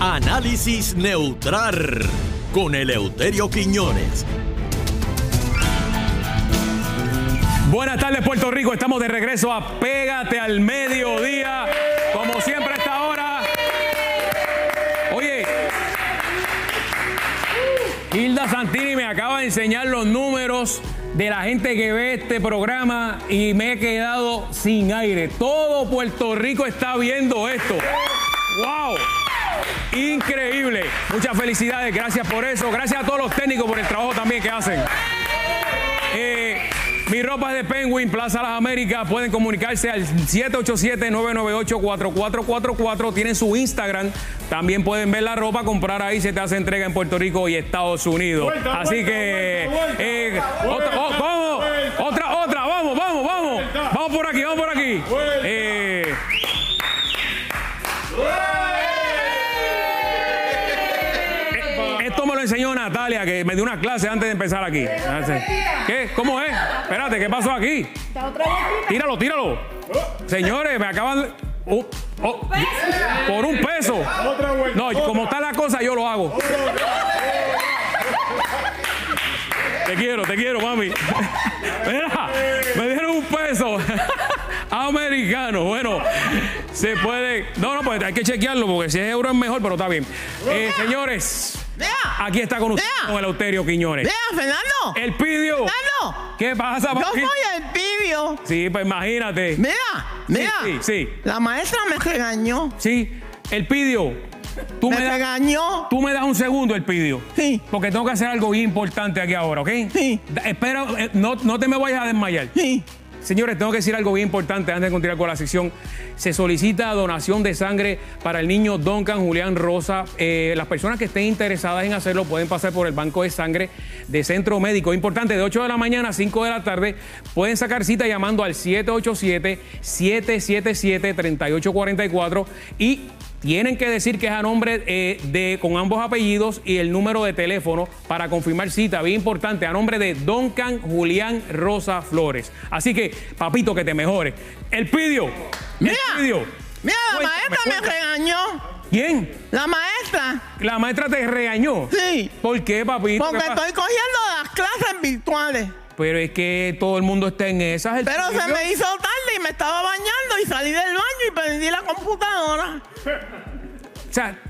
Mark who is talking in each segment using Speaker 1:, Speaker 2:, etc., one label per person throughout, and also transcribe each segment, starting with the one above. Speaker 1: Análisis neutral con Eleuterio Quiñones.
Speaker 2: Buenas tardes, Puerto Rico. Estamos de regreso a Pégate al Mediodía. Como siempre, a esta hora. Oye, Hilda Santini me acaba de enseñar los números de la gente que ve este programa y me he quedado sin aire. Todo Puerto Rico está viendo esto. ¡Wow! Increíble. Muchas felicidades. Gracias por eso. Gracias a todos los técnicos por el trabajo también que hacen. Eh, mi ropa es de Penguin, Plaza Las Américas. Pueden comunicarse al 787-998-4444. Tienen su Instagram. También pueden ver la ropa, comprar ahí. Se te hace entrega en Puerto Rico y Estados Unidos.
Speaker 3: Vuelta,
Speaker 2: Así
Speaker 3: vuelta,
Speaker 2: que.
Speaker 3: vuelta, vuelta,
Speaker 2: eh,
Speaker 3: vuelta,
Speaker 2: otra, oh, vamos,
Speaker 3: vuelta.
Speaker 2: otra, otra. Vamos, vamos, vamos.
Speaker 3: Vuelta.
Speaker 2: Vamos por aquí, vamos por aquí.
Speaker 3: Vuelta.
Speaker 2: Eh, Esto me lo enseñó Natalia, que me dio una clase antes de empezar aquí. ¿Qué? ¿Cómo es? Espérate, ¿qué pasó aquí?
Speaker 4: Está otra vueltita.
Speaker 2: Tíralo, tíralo. Señores, me acaban. de- Oh, oh, por un peso.
Speaker 3: Otra vuelta.
Speaker 2: No, como está la cosa, yo lo hago. Te quiero, te quiero, mami. Mira, me dieron un peso. Americano, bueno, se puede. No, no, pues hay que chequearlo porque si es euro es mejor, pero está bien. Eh, señores,
Speaker 5: Vea,
Speaker 2: aquí está con usted,
Speaker 5: Vea.
Speaker 2: con el Auterio Quiñones.
Speaker 5: vea, Fernando.
Speaker 2: El pidio.
Speaker 5: Fernando,
Speaker 2: ¿Qué pasa,
Speaker 5: yo
Speaker 2: papi?
Speaker 5: soy el pibio.
Speaker 2: Sí, pues imagínate.
Speaker 5: Mira, mira.
Speaker 2: sí, sí.
Speaker 5: La maestra me regañó.
Speaker 2: Sí, el pidio. Tú
Speaker 5: Me
Speaker 2: me, das,
Speaker 5: regañó.
Speaker 2: tú me das un segundo, el pidio.
Speaker 5: Sí.
Speaker 2: Porque tengo que hacer algo bien importante aquí ahora, ¿ok?
Speaker 5: Sí.
Speaker 2: Da- espera, eh, no, no te me vayas a desmayar.
Speaker 5: Sí.
Speaker 2: Señores, tengo que decir algo bien importante antes de continuar con la sección. Se solicita donación de sangre para el niño Duncan Julián Rosa. Eh, las personas que estén interesadas en hacerlo pueden pasar por el banco de sangre de Centro Médico. Importante, de 8 de la mañana a 5 de la tarde pueden sacar cita llamando al 787-777-3844 y tienen que decir que es a nombre eh, de con ambos apellidos y el número de teléfono para confirmar cita. Bien importante, a nombre de Duncan Julián Rosa Flores. Así que, papito, que te mejore. El pidio.
Speaker 5: Mira.
Speaker 2: El pidio.
Speaker 5: Mira, la
Speaker 2: Cuéntame,
Speaker 5: maestra me
Speaker 2: cuéntame.
Speaker 5: regañó.
Speaker 2: ¿Quién?
Speaker 5: La maestra.
Speaker 2: La maestra te regañó.
Speaker 5: Sí.
Speaker 2: ¿Por qué, papito?
Speaker 5: Porque
Speaker 2: ¿Qué pasa?
Speaker 5: estoy cogiendo las clases virtuales.
Speaker 2: Pero es que todo el mundo está en esas. el
Speaker 5: Pero se
Speaker 2: pidio.
Speaker 5: me hizo tarde y me estaba bañando y salí del baño y prendí la computadora.
Speaker 2: O sea,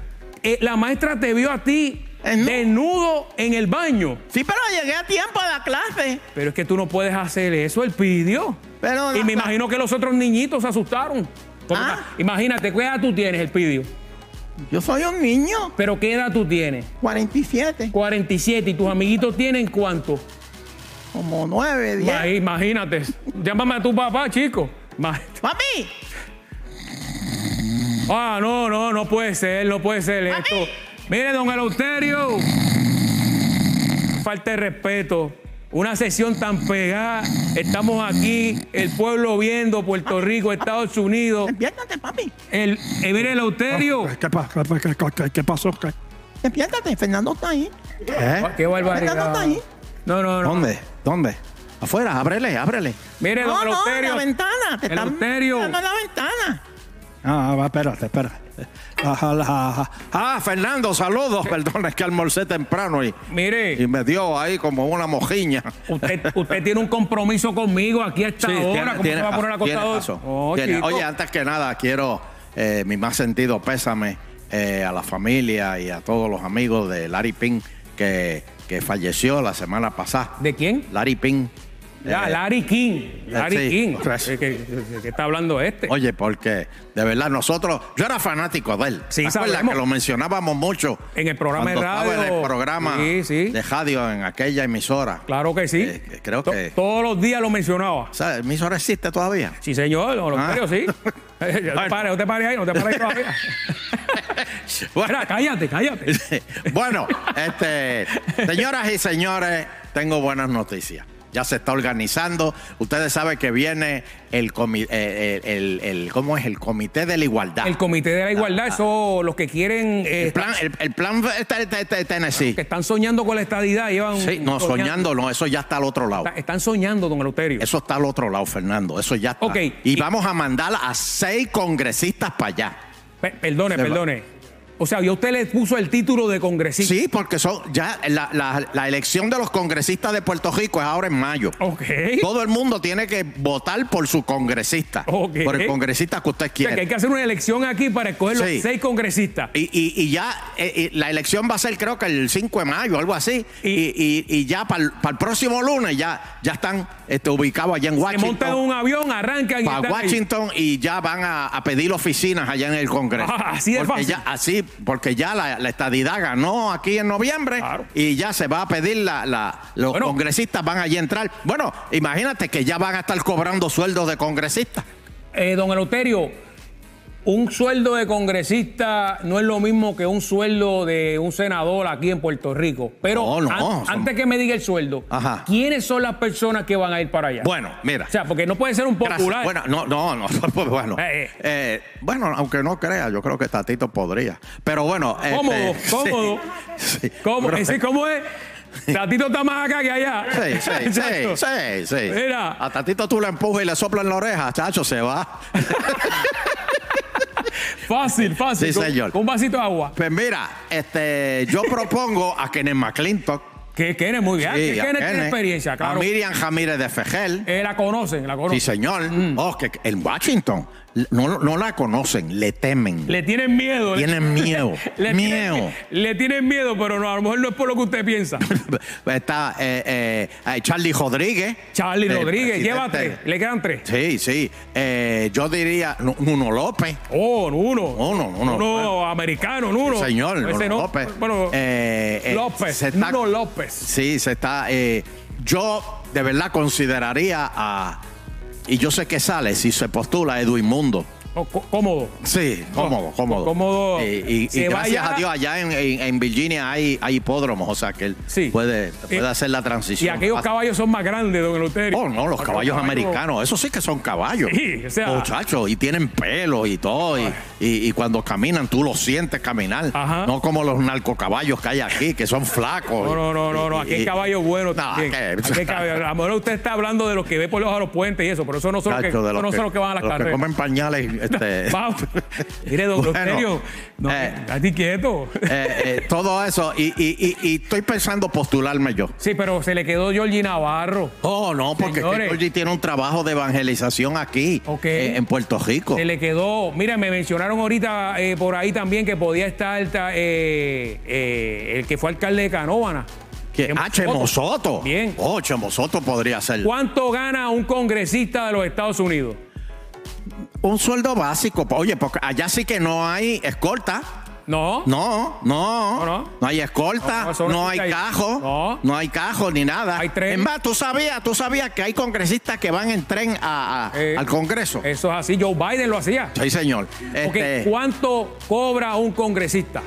Speaker 2: eh, la maestra te vio a ti
Speaker 5: Eh, no.
Speaker 2: desnudo en el baño.
Speaker 5: Sí, pero llegué a tiempo a la clase.
Speaker 2: Pero es que tú no puedes hacer eso, el pidió.
Speaker 5: Pero
Speaker 2: y
Speaker 5: la-
Speaker 2: me imagino que los otros niñitos se asustaron. Porque,
Speaker 5: Ah.
Speaker 2: Imagínate, ¿qué edad tú tienes, el pidió?
Speaker 5: Yo soy un niño,
Speaker 2: Pero ¿qué edad tú tienes?
Speaker 5: 47,
Speaker 2: 47. ¿Y tus amiguitos tienen cuánto?
Speaker 5: como 9, 10.
Speaker 2: Ahí, Imagínate. Llámame a tu papá, chico. Ma-
Speaker 5: Papi,
Speaker 2: Ah, no, no, no puede ser, no puede ser esto. Mire, don Eleuterio. Falta de respeto. Una sesión tan pegada. Estamos aquí, el pueblo viendo, Puerto Rico, Estados Unidos.
Speaker 5: despiértate, papi.
Speaker 2: El, eh, mire, Eleuterio.
Speaker 6: ¿Qué, pa- qué- qué- qué- qué pasó? ¿Qué?
Speaker 5: Despiértate, Fernando está ahí.
Speaker 7: ¿Eh?
Speaker 2: Qué
Speaker 5: Fernando
Speaker 2: barbaridad.
Speaker 5: está ahí.
Speaker 2: No, no, no.
Speaker 7: ¿Dónde? ¿Dónde? Afuera, ábrele, ábrele.
Speaker 2: Mire, don
Speaker 5: No, no, en la
Speaker 2: Eleuterio.
Speaker 5: ventana. Te están
Speaker 2: Eleuterio.
Speaker 5: mirando en la ventana.
Speaker 6: Ah, va, espérate, espérate. Ajá, ajá, ajá.
Speaker 7: Ah, Fernando, saludos. Perdón, es que almorcé temprano y, y
Speaker 2: Mire,
Speaker 7: me dio ahí como una mojiña.
Speaker 2: usted, usted tiene un compromiso conmigo aquí hasta
Speaker 7: Sí,
Speaker 2: ahora.
Speaker 7: tiene-
Speaker 2: ¿Cómo
Speaker 7: tiene
Speaker 2: se va a
Speaker 7: razón,
Speaker 2: poner
Speaker 7: tiene
Speaker 2: acostado?
Speaker 7: razón.
Speaker 2: Oh,
Speaker 7: Tiene-
Speaker 2: chico.
Speaker 7: Oye, antes que nada, quiero eh, mi más sentido pésame eh, a la familia y a todos los amigos de Larry Pin que, que falleció la semana pasada.
Speaker 2: ¿De quién?
Speaker 7: Larry Pin.
Speaker 2: Ya,
Speaker 7: Eh,
Speaker 2: Larry King. Larry
Speaker 7: sí.
Speaker 2: King.
Speaker 7: Pues-
Speaker 2: ¿De qué, de qué está hablando este?
Speaker 7: Oye, porque de verdad nosotros, yo era fanático de él.
Speaker 2: Sí,
Speaker 7: ¿Te acuerdas
Speaker 2: sabemos.
Speaker 7: que lo mencionábamos mucho?
Speaker 2: En el programa de
Speaker 7: cuando estaba
Speaker 2: radio.
Speaker 7: En el programa
Speaker 2: Sí, sí.
Speaker 7: de radio en aquella emisora.
Speaker 2: claro que sí.
Speaker 7: Eh, que- creo
Speaker 2: To-
Speaker 7: que-
Speaker 2: Todos los días lo mencionaba.
Speaker 7: O sea, emisora existe todavía.
Speaker 2: Sí, señor, no, lo
Speaker 7: Ah.
Speaker 2: creo, sí. Eh, no, te
Speaker 7: Bueno.
Speaker 2: pares, no te pares ahí, no te pares ahí todavía. Mira, cállate, cállate.
Speaker 7: bueno, este, señoras y señores, tengo buenas noticias. Ya se está organizando. Ustedes saben que viene el, comi- eh, eh, el, el- ¿cómo es? El Comité de la Igualdad.
Speaker 2: El Comité de la Igualdad, eso, los que quieren, eh,
Speaker 7: El plan, el, el plan de, de- de Tennessee.
Speaker 2: que están soñando con la estadidad, llevan.
Speaker 7: Sí, no, soñando, no, eso ya está al otro lado.
Speaker 2: Está- Están soñando, don Eleuterio.
Speaker 7: Eso está al otro lado, Fernando. Eso ya está.
Speaker 2: Ok.
Speaker 7: Y, vamos a mandar a seis congresistas para allá.
Speaker 2: Pe- perdone,
Speaker 7: Se va.
Speaker 2: perdone. O sea, ya usted le puso el título de congresista.
Speaker 7: Sí, porque son ya la, la- la elección de los congresistas de Puerto Rico es ahora en mayo.
Speaker 2: Ok.
Speaker 7: Todo el mundo tiene que votar por su congresista,
Speaker 2: Ok.
Speaker 7: por el congresista que usted
Speaker 2: O sea, que hay
Speaker 7: quiere.
Speaker 2: que hacer una elección aquí para escoger los
Speaker 7: Sí.
Speaker 2: seis congresistas.
Speaker 7: Y, y- y ya eh, y la elección va a ser creo que el 5 de mayo, algo así.
Speaker 2: Y-
Speaker 7: Y, y- y ya para el, para el próximo lunes ya, ya están este, ubicados allá en
Speaker 2: Se montan en
Speaker 7: Washington.
Speaker 2: un avión, arrancan y
Speaker 7: Para
Speaker 2: están ahí.
Speaker 7: Washington y ya van a, a pedir oficinas allá en el Congreso.
Speaker 2: Ah, así de
Speaker 7: porque
Speaker 2: fácil.
Speaker 7: Ya, así, porque ya la, la estadidad ganó aquí en noviembre
Speaker 2: Claro.
Speaker 7: y ya se va a pedir la, la- los
Speaker 2: Bueno.
Speaker 7: congresistas van allí a entrar. Bueno, imagínate que ya van a estar cobrando sueldos de congresistas.
Speaker 2: Eh, don Eleuterio, un sueldo de congresista no es lo mismo que un sueldo de un senador aquí en Puerto Rico. Pero
Speaker 7: No, no,
Speaker 2: an-
Speaker 7: son-
Speaker 2: antes que me diga el sueldo,
Speaker 7: Ajá.
Speaker 2: ¿quiénes son las personas que van a ir para allá?
Speaker 7: Bueno, mira.
Speaker 2: O sea, porque no puede ser un
Speaker 7: Gracias.
Speaker 2: popular.
Speaker 7: Bueno, no, no, no. pues bueno,
Speaker 2: Eh, eh.
Speaker 7: Eh, bueno, aunque no crea, yo creo que Tatito podría. Pero bueno. este,
Speaker 2: Cómodo,
Speaker 7: sí,
Speaker 2: cómodo.
Speaker 7: sí.
Speaker 2: ¿Cómo,
Speaker 7: Pero-
Speaker 2: Ese, ¿cómo es? Tatito está más acá que allá.
Speaker 7: Sí, sí, sí,
Speaker 2: Exacto.
Speaker 7: sí, sí.
Speaker 2: Mira.
Speaker 7: A Tatito tú le empujas y le soplas en la oreja, chacho, se va.
Speaker 2: Fácil, fácil.
Speaker 7: Sí,
Speaker 2: con-
Speaker 7: señor.
Speaker 2: Con un vasito de agua.
Speaker 7: Pues mira, este, yo propongo a Kenneth McClintock.
Speaker 2: Que Kenneth, muy bien. Ah,
Speaker 7: sí,
Speaker 2: que
Speaker 7: a
Speaker 2: Kenneth tiene
Speaker 7: Kenneth,
Speaker 2: experiencia, claro.
Speaker 7: A Miriam Jamírez de Fejel.
Speaker 2: Eh, Mm. la conocen, la conocen.
Speaker 7: Sí, señor. Oh, que en Washington no, no la conocen, le temen.
Speaker 2: Le tienen miedo.
Speaker 7: Tienen miedo.
Speaker 2: Le
Speaker 7: miedo.
Speaker 2: Tienen, le tienen miedo, pero no, a lo mejor no es por lo que usted piensa.
Speaker 7: Está eh, eh, eh, Charlie Rodríguez.
Speaker 2: Charlie
Speaker 7: el
Speaker 2: Rodríguez,
Speaker 7: presidente.
Speaker 2: lleva tres. Le quedan tres.
Speaker 7: este. Sí, sí. Eh, yo diría Nu- Nuno López.
Speaker 2: Oh, uno.
Speaker 7: Uno, uno.
Speaker 2: Uno americano, uno.
Speaker 7: Señor,
Speaker 2: Ese
Speaker 7: Nuno
Speaker 2: no.
Speaker 7: López.
Speaker 2: Bueno,
Speaker 7: Eh, eh,
Speaker 2: López.
Speaker 7: se está-
Speaker 2: Nuno López.
Speaker 7: Sí, se está. eh, yo de verdad consideraría a. Y yo sé que sale si se postula Edwin Mundo.
Speaker 2: Oh, có- cómodo.
Speaker 7: Sí, cómodo,
Speaker 2: có-
Speaker 7: cómodo.
Speaker 2: Pues, cómodo.
Speaker 7: Y, y- y
Speaker 2: Se
Speaker 7: gracias
Speaker 2: vaya-
Speaker 7: a Dios, allá en, en- en Virginia hay, hay hipódromos, o sea que él
Speaker 2: Sí.
Speaker 7: puede, puede
Speaker 2: Eh,
Speaker 7: hacer la transición.
Speaker 2: Y aquellos
Speaker 7: fácil.
Speaker 2: caballos son más grandes, don Eleuterio.
Speaker 7: Oh, no, los
Speaker 2: Aquellos
Speaker 7: caballos americanos, esos sí que son caballos.
Speaker 2: Sí, o sea-
Speaker 7: Muchachos, y tienen pelo y todo. Y, y- y cuando caminan, tú los sientes caminar.
Speaker 2: Ajá.
Speaker 7: No como los narcocaballos que hay aquí, que son flacos.
Speaker 2: No, no, no, no, no. Aquí hay caballos buenos
Speaker 7: No,
Speaker 2: también.
Speaker 7: aquí-
Speaker 2: Aquí hay caballos. A lo mejor usted está hablando de los que ve por los puentes y eso, pero eso no son los que,
Speaker 7: Muchachos, de
Speaker 2: eso no son los que van a las
Speaker 7: los que
Speaker 2: carreras.
Speaker 7: comen pañales. este,
Speaker 2: Vamos. Mire, don
Speaker 7: Bueno,
Speaker 2: Eleuterio. No,
Speaker 7: eh,
Speaker 2: estate quieto.
Speaker 7: eh, eh, todo eso. Y, y- y- y estoy pensando postularme yo.
Speaker 2: Sí, pero se le quedó Georgie Navarro.
Speaker 7: Oh, no, porque es que
Speaker 2: Señores.
Speaker 7: Georgie tiene un trabajo de evangelización aquí,
Speaker 2: Ok.
Speaker 7: eh, en Puerto Rico.
Speaker 2: Se le quedó. Mira, me mencionaron ahorita eh, por ahí también que podía estar ta- eh, eh, el que fue alcalde de Canóvana.
Speaker 7: Que, ah, Chemo Soto.
Speaker 2: Bien.
Speaker 7: Oh, Chemo Soto podría ser.
Speaker 2: ¿Cuánto gana un congresista de los Estados Unidos?
Speaker 7: Un sueldo básico. pa- Oye, porque allá sí que no hay escolta.
Speaker 2: No.
Speaker 7: No,
Speaker 2: No,
Speaker 7: no.
Speaker 2: no.
Speaker 7: No, hay escolta,
Speaker 2: No, eso
Speaker 7: no,
Speaker 2: no
Speaker 7: hay
Speaker 2: existe ahí.
Speaker 7: cajo,
Speaker 2: No.
Speaker 7: no. hay cajo ni nada.
Speaker 2: Hay tren.
Speaker 7: Es más, tú sabías, tú sabías que hay congresistas que van en tren a- a-
Speaker 2: Eh,
Speaker 7: al Congreso.
Speaker 2: Eso es así. Joe Biden lo hacía.
Speaker 7: Sí, señor.
Speaker 2: Ok,
Speaker 7: Este,
Speaker 2: ¿Cuánto cobra un congresista?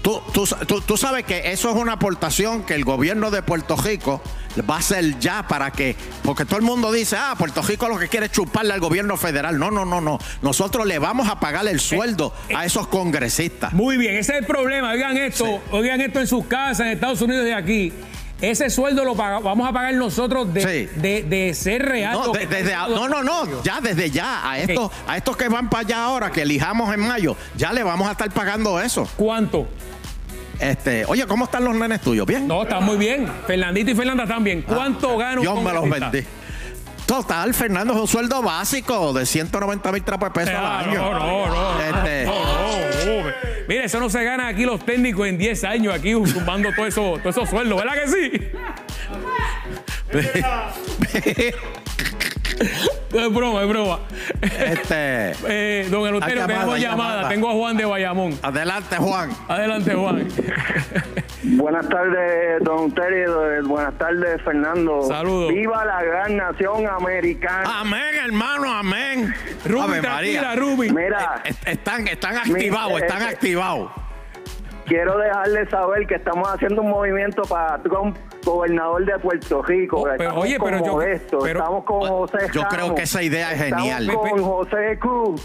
Speaker 7: tú, tú sa- tú- tú sabes que eso es una aportación que el gobierno de Puerto Rico va a hacer ya para que, porque todo el mundo dice, ah, Puerto Rico lo que quiere es chuparle al gobierno federal. No, no, no, no. Nosotros le vamos a pagar el sueldo a esos congresistas.
Speaker 2: Muy bien, ese es el problema. Oigan esto,
Speaker 7: Sí.
Speaker 2: oigan esto en sus casas, en Estados Unidos y aquí. Ese sueldo lo paga- vamos a pagar nosotros de,
Speaker 7: Sí.
Speaker 2: de- de ser real.
Speaker 7: No,
Speaker 2: lo que
Speaker 7: de-
Speaker 2: está
Speaker 7: desde a-
Speaker 2: haciendo
Speaker 7: no, no, no, ya desde ya, a estos, a estos que van para allá ahora, que elijamos en mayo, ya le vamos a estar pagando eso.
Speaker 2: ¿Cuánto?
Speaker 7: Este, oye, ¿cómo están los nenes tuyos? ¿Bien?
Speaker 2: No, están muy bien. Fernandito y Fernanda están bien. ¿Cuánto gana un
Speaker 7: Ah, Dios me los
Speaker 2: congresista?
Speaker 7: vendí. Total, Fernando, es un sueldo básico de 190 mil trapos de pesos
Speaker 2: Ah,
Speaker 7: al Este año.
Speaker 2: no, no, no.
Speaker 7: Este,
Speaker 2: No, no, no. Mira, eso no se gana aquí los técnicos en 10 años, aquí zumbando todo eso, todo esos sueldos, ¿verdad que sí? No, es broma, es broma.
Speaker 7: este,
Speaker 2: Eh, don Eleuterio,
Speaker 7: Hay
Speaker 2: tenemos
Speaker 7: llamada,
Speaker 2: llamada.
Speaker 7: hay llamada.
Speaker 2: Tengo a Juan de Bayamón.
Speaker 7: adelante, Juan.
Speaker 2: Adelante, Juan.
Speaker 3: Buenas tardes, don Terry. eh, Buenas tardes, Fernando.
Speaker 2: Saludos. Ah,
Speaker 3: Viva la gran nación americana.
Speaker 7: Amén, hermano, amén.
Speaker 2: Rubi,
Speaker 7: Ave
Speaker 2: tranquila,
Speaker 7: María.
Speaker 2: Rubi. eh,
Speaker 3: Mira,
Speaker 7: Est- Están, están activados,
Speaker 3: eh,
Speaker 7: están
Speaker 3: eh,
Speaker 7: activados.
Speaker 3: quiero dejarle saber que estamos haciendo un movimiento para Trump, gobernador de Puerto Rico.
Speaker 2: Oh, pero,
Speaker 3: Estamos
Speaker 2: oye, pero
Speaker 3: con
Speaker 2: yo-
Speaker 3: Modesto,
Speaker 2: pero-
Speaker 3: estamos con José
Speaker 7: Oh, yo creo
Speaker 3: Cano,
Speaker 7: que esa idea es
Speaker 3: estamos
Speaker 7: genial.
Speaker 3: con José Cruz.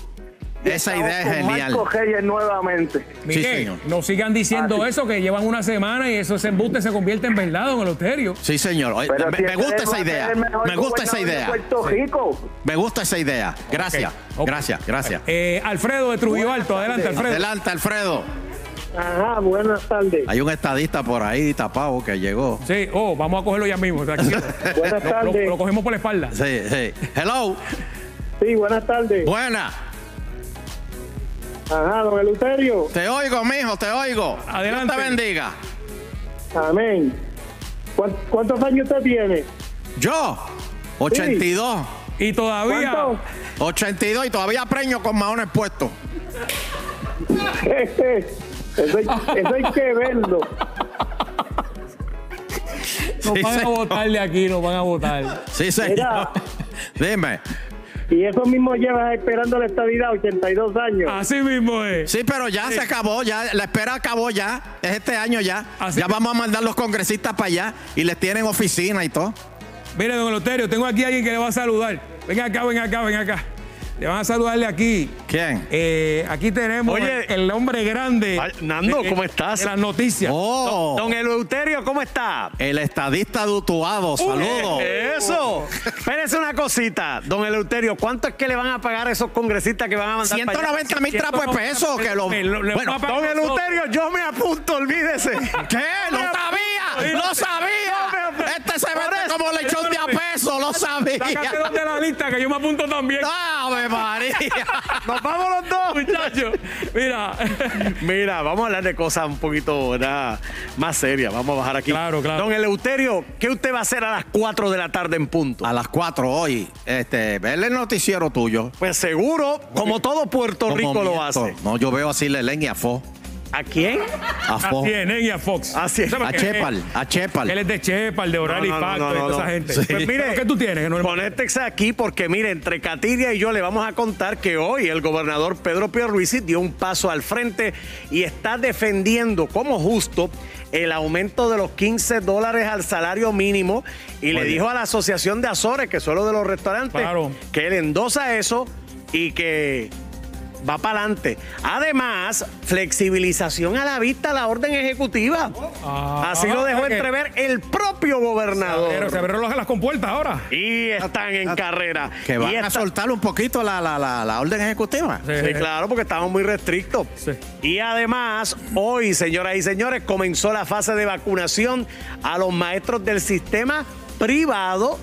Speaker 3: y
Speaker 7: Esa
Speaker 3: estamos
Speaker 7: idea es
Speaker 3: con
Speaker 7: genial.
Speaker 3: Marco Reyes nuevamente.
Speaker 2: Mire,
Speaker 7: señor.
Speaker 2: no sigan diciendo eso, que llevan una semana y eso ese embuste se convierte en verdad, don Eleuterio.
Speaker 7: Sí, señor. Oye,
Speaker 3: Pero
Speaker 7: me,
Speaker 3: si
Speaker 7: me
Speaker 3: este
Speaker 7: gusta
Speaker 3: va
Speaker 7: esa
Speaker 3: a ser
Speaker 7: idea.
Speaker 3: el mejor
Speaker 7: Me gusta esa
Speaker 3: gobernador de
Speaker 7: idea.
Speaker 3: Puerto Rico.
Speaker 7: Me gusta esa idea. Gracias,
Speaker 2: Ok.
Speaker 7: gracias, gracias.
Speaker 2: Eh, Alfredo de Trujillo Alto, adelante, Alfredo.
Speaker 7: Adelante, Alfredo.
Speaker 4: Ajá, buenas tardes.
Speaker 7: Hay un estadista por ahí tapado que llegó.
Speaker 2: Sí, oh, vamos a cogerlo ya mismo. tranquilo.
Speaker 4: Buenas
Speaker 2: Lo- lo,
Speaker 4: tardes.
Speaker 2: lo cogemos por la espalda.
Speaker 7: Sí, sí. Hello.
Speaker 4: Sí, buenas tardes.
Speaker 7: Buena.
Speaker 4: Ajá, don Eleuterio.
Speaker 7: Te oigo, mijo, te oigo.
Speaker 2: Adelante.
Speaker 7: Dios te bendiga.
Speaker 4: Amén. ¿Cuán- ¿Cuántos años usted tiene?
Speaker 7: Yo, 82.
Speaker 2: Y todavía.
Speaker 4: ¿Cuántos?
Speaker 7: 82 y todavía preño con maones puestos.
Speaker 4: Este, eso, hay, eso hay que verlo.
Speaker 2: Nos
Speaker 7: Sí,
Speaker 2: van a
Speaker 7: señor.
Speaker 2: votar de aquí, nos van a votar.
Speaker 7: Sí, señor.
Speaker 4: Mira.
Speaker 7: Dime.
Speaker 4: Y eso mismo llevas esperando la estabilidad 82 años.
Speaker 2: Así mismo es.
Speaker 7: Sí, pero ya se acabó, ya la espera acabó ya. Es este año ya.
Speaker 2: Así-
Speaker 7: ya vamos a mandar los congresistas para allá y les tienen oficina y todo.
Speaker 2: Mire, don Eloterio, tengo aquí a alguien que le va a saludar. Ven acá, ven acá, ven acá. Le van a saludarle aquí.
Speaker 7: ¿Quién?
Speaker 2: Eh, aquí tenemos
Speaker 8: Oye.
Speaker 2: el, el hombre grande.
Speaker 8: Ay, Nando, ¿cómo estás?
Speaker 2: de las noticias.
Speaker 7: Oh,
Speaker 8: Don Eleuterio, ¿cómo está?
Speaker 7: el estadista dutuado, saludos.
Speaker 8: Eh, Eso. Espérense una cosita, don Eleuterio, ¿cuánto es que le van a pagar a esos congresistas que van a mandar para allá?
Speaker 7: 190 mil trapos de
Speaker 2: 190
Speaker 7: pesos que lo.
Speaker 2: mil, lo- eh, le
Speaker 7: Bueno,
Speaker 2: va a pagar
Speaker 8: Don
Speaker 2: nosotros.
Speaker 8: Eleuterio, yo me apunto, olvídese.
Speaker 7: ¿qué? ¡Lo sabía! ¡Lo sabía! Este se vende como lechón de a peso, lo
Speaker 2: Sácate dos
Speaker 7: sabía.
Speaker 2: de la lista que yo me apunto también,
Speaker 7: ¡Ave María!
Speaker 8: Nos vamos los dos.
Speaker 2: muchachos. Mira.
Speaker 8: Mira, vamos a hablar de cosas un poquito ¿verdad? más serias. Vamos a bajar aquí.
Speaker 2: Claro, claro.
Speaker 8: Don Eleuterio, ¿qué usted va a hacer a las 4 de la tarde en punto?
Speaker 7: A las 4 hoy, este, ver el noticiero tuyo.
Speaker 8: Pues seguro, como todo Puerto
Speaker 7: Como
Speaker 8: Rico lo
Speaker 7: miento.
Speaker 8: hace.
Speaker 7: No, yo veo así Lelén y a Fo.
Speaker 8: ¿A quién?
Speaker 7: A
Speaker 2: A
Speaker 7: Fo.
Speaker 2: CNN y a Fox.
Speaker 8: Así es.
Speaker 2: No sé por
Speaker 7: A
Speaker 2: qué.
Speaker 7: Chepal, a
Speaker 2: Él
Speaker 7: Chepal.
Speaker 2: es de Chepal, de Oral y
Speaker 8: No, no, no,
Speaker 2: Facto,
Speaker 8: no,
Speaker 2: de
Speaker 8: no,
Speaker 2: toda esa
Speaker 8: no.
Speaker 2: gente.
Speaker 7: Sí.
Speaker 2: Pues mire, ¿qué tú tienes? Que no-
Speaker 8: Conéctense aquí porque, mire, entre Catiria y yo le vamos a contar que hoy el gobernador Pedro Pierluisi dio un paso al frente y está defendiendo como justo el aumento de los 15 dólares al salario mínimo y le dijo a la Asociación de Azores, que son los de los restaurantes,
Speaker 2: Claro.
Speaker 8: que él endosa eso y que va para adelante. Además, flexibilización a la vista a la orden ejecutiva.
Speaker 2: Ah,
Speaker 8: Así lo dejó
Speaker 2: que-
Speaker 8: entrever el propio
Speaker 2: Pero
Speaker 8: gobernador.
Speaker 2: se abrieron las- las compuertas ahora.
Speaker 8: Y están en carrera.
Speaker 7: Que
Speaker 8: Y
Speaker 7: van a
Speaker 8: esta-
Speaker 7: soltar un poquito la, la, la, la orden ejecutiva.
Speaker 8: Sí, claro, porque estamos muy restrictos.
Speaker 2: Sí.
Speaker 8: Y además, hoy, señoras y señores, comenzó la fase de vacunación a los maestros del sistema privado.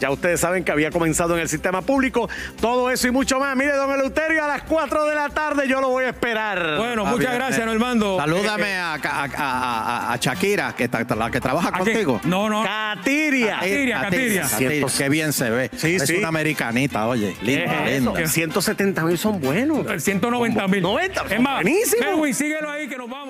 Speaker 8: Ya ustedes saben que había comenzado en el sistema público. Todo eso y mucho más. Mire, don Eleuterio, a las 4 de la tarde yo lo voy a esperar.
Speaker 2: Bueno,
Speaker 7: Ah,
Speaker 2: muchas
Speaker 7: bien,
Speaker 2: gracias,
Speaker 7: eh.
Speaker 2: Normando.
Speaker 8: Eh,
Speaker 2: Eh,
Speaker 7: Salúdame a, a, a- a- a Shakira, que está, la que trabaja
Speaker 2: ¿A qué?
Speaker 7: contigo.
Speaker 2: eh, No, no.
Speaker 8: Catiria.
Speaker 7: Shakira,
Speaker 2: Catiria, Catiria.
Speaker 7: Catiria, Qué bien se ve.
Speaker 8: Sí,
Speaker 7: es
Speaker 8: sí.
Speaker 7: una americanita, oye. Linda,
Speaker 8: Eh, eso,
Speaker 7: linda.
Speaker 8: 170 mil son buenos.
Speaker 2: 190 mil.
Speaker 8: 90,
Speaker 2: Es más,
Speaker 8: buenísimo.
Speaker 2: Edwin, síguelo ahí que nos vamos.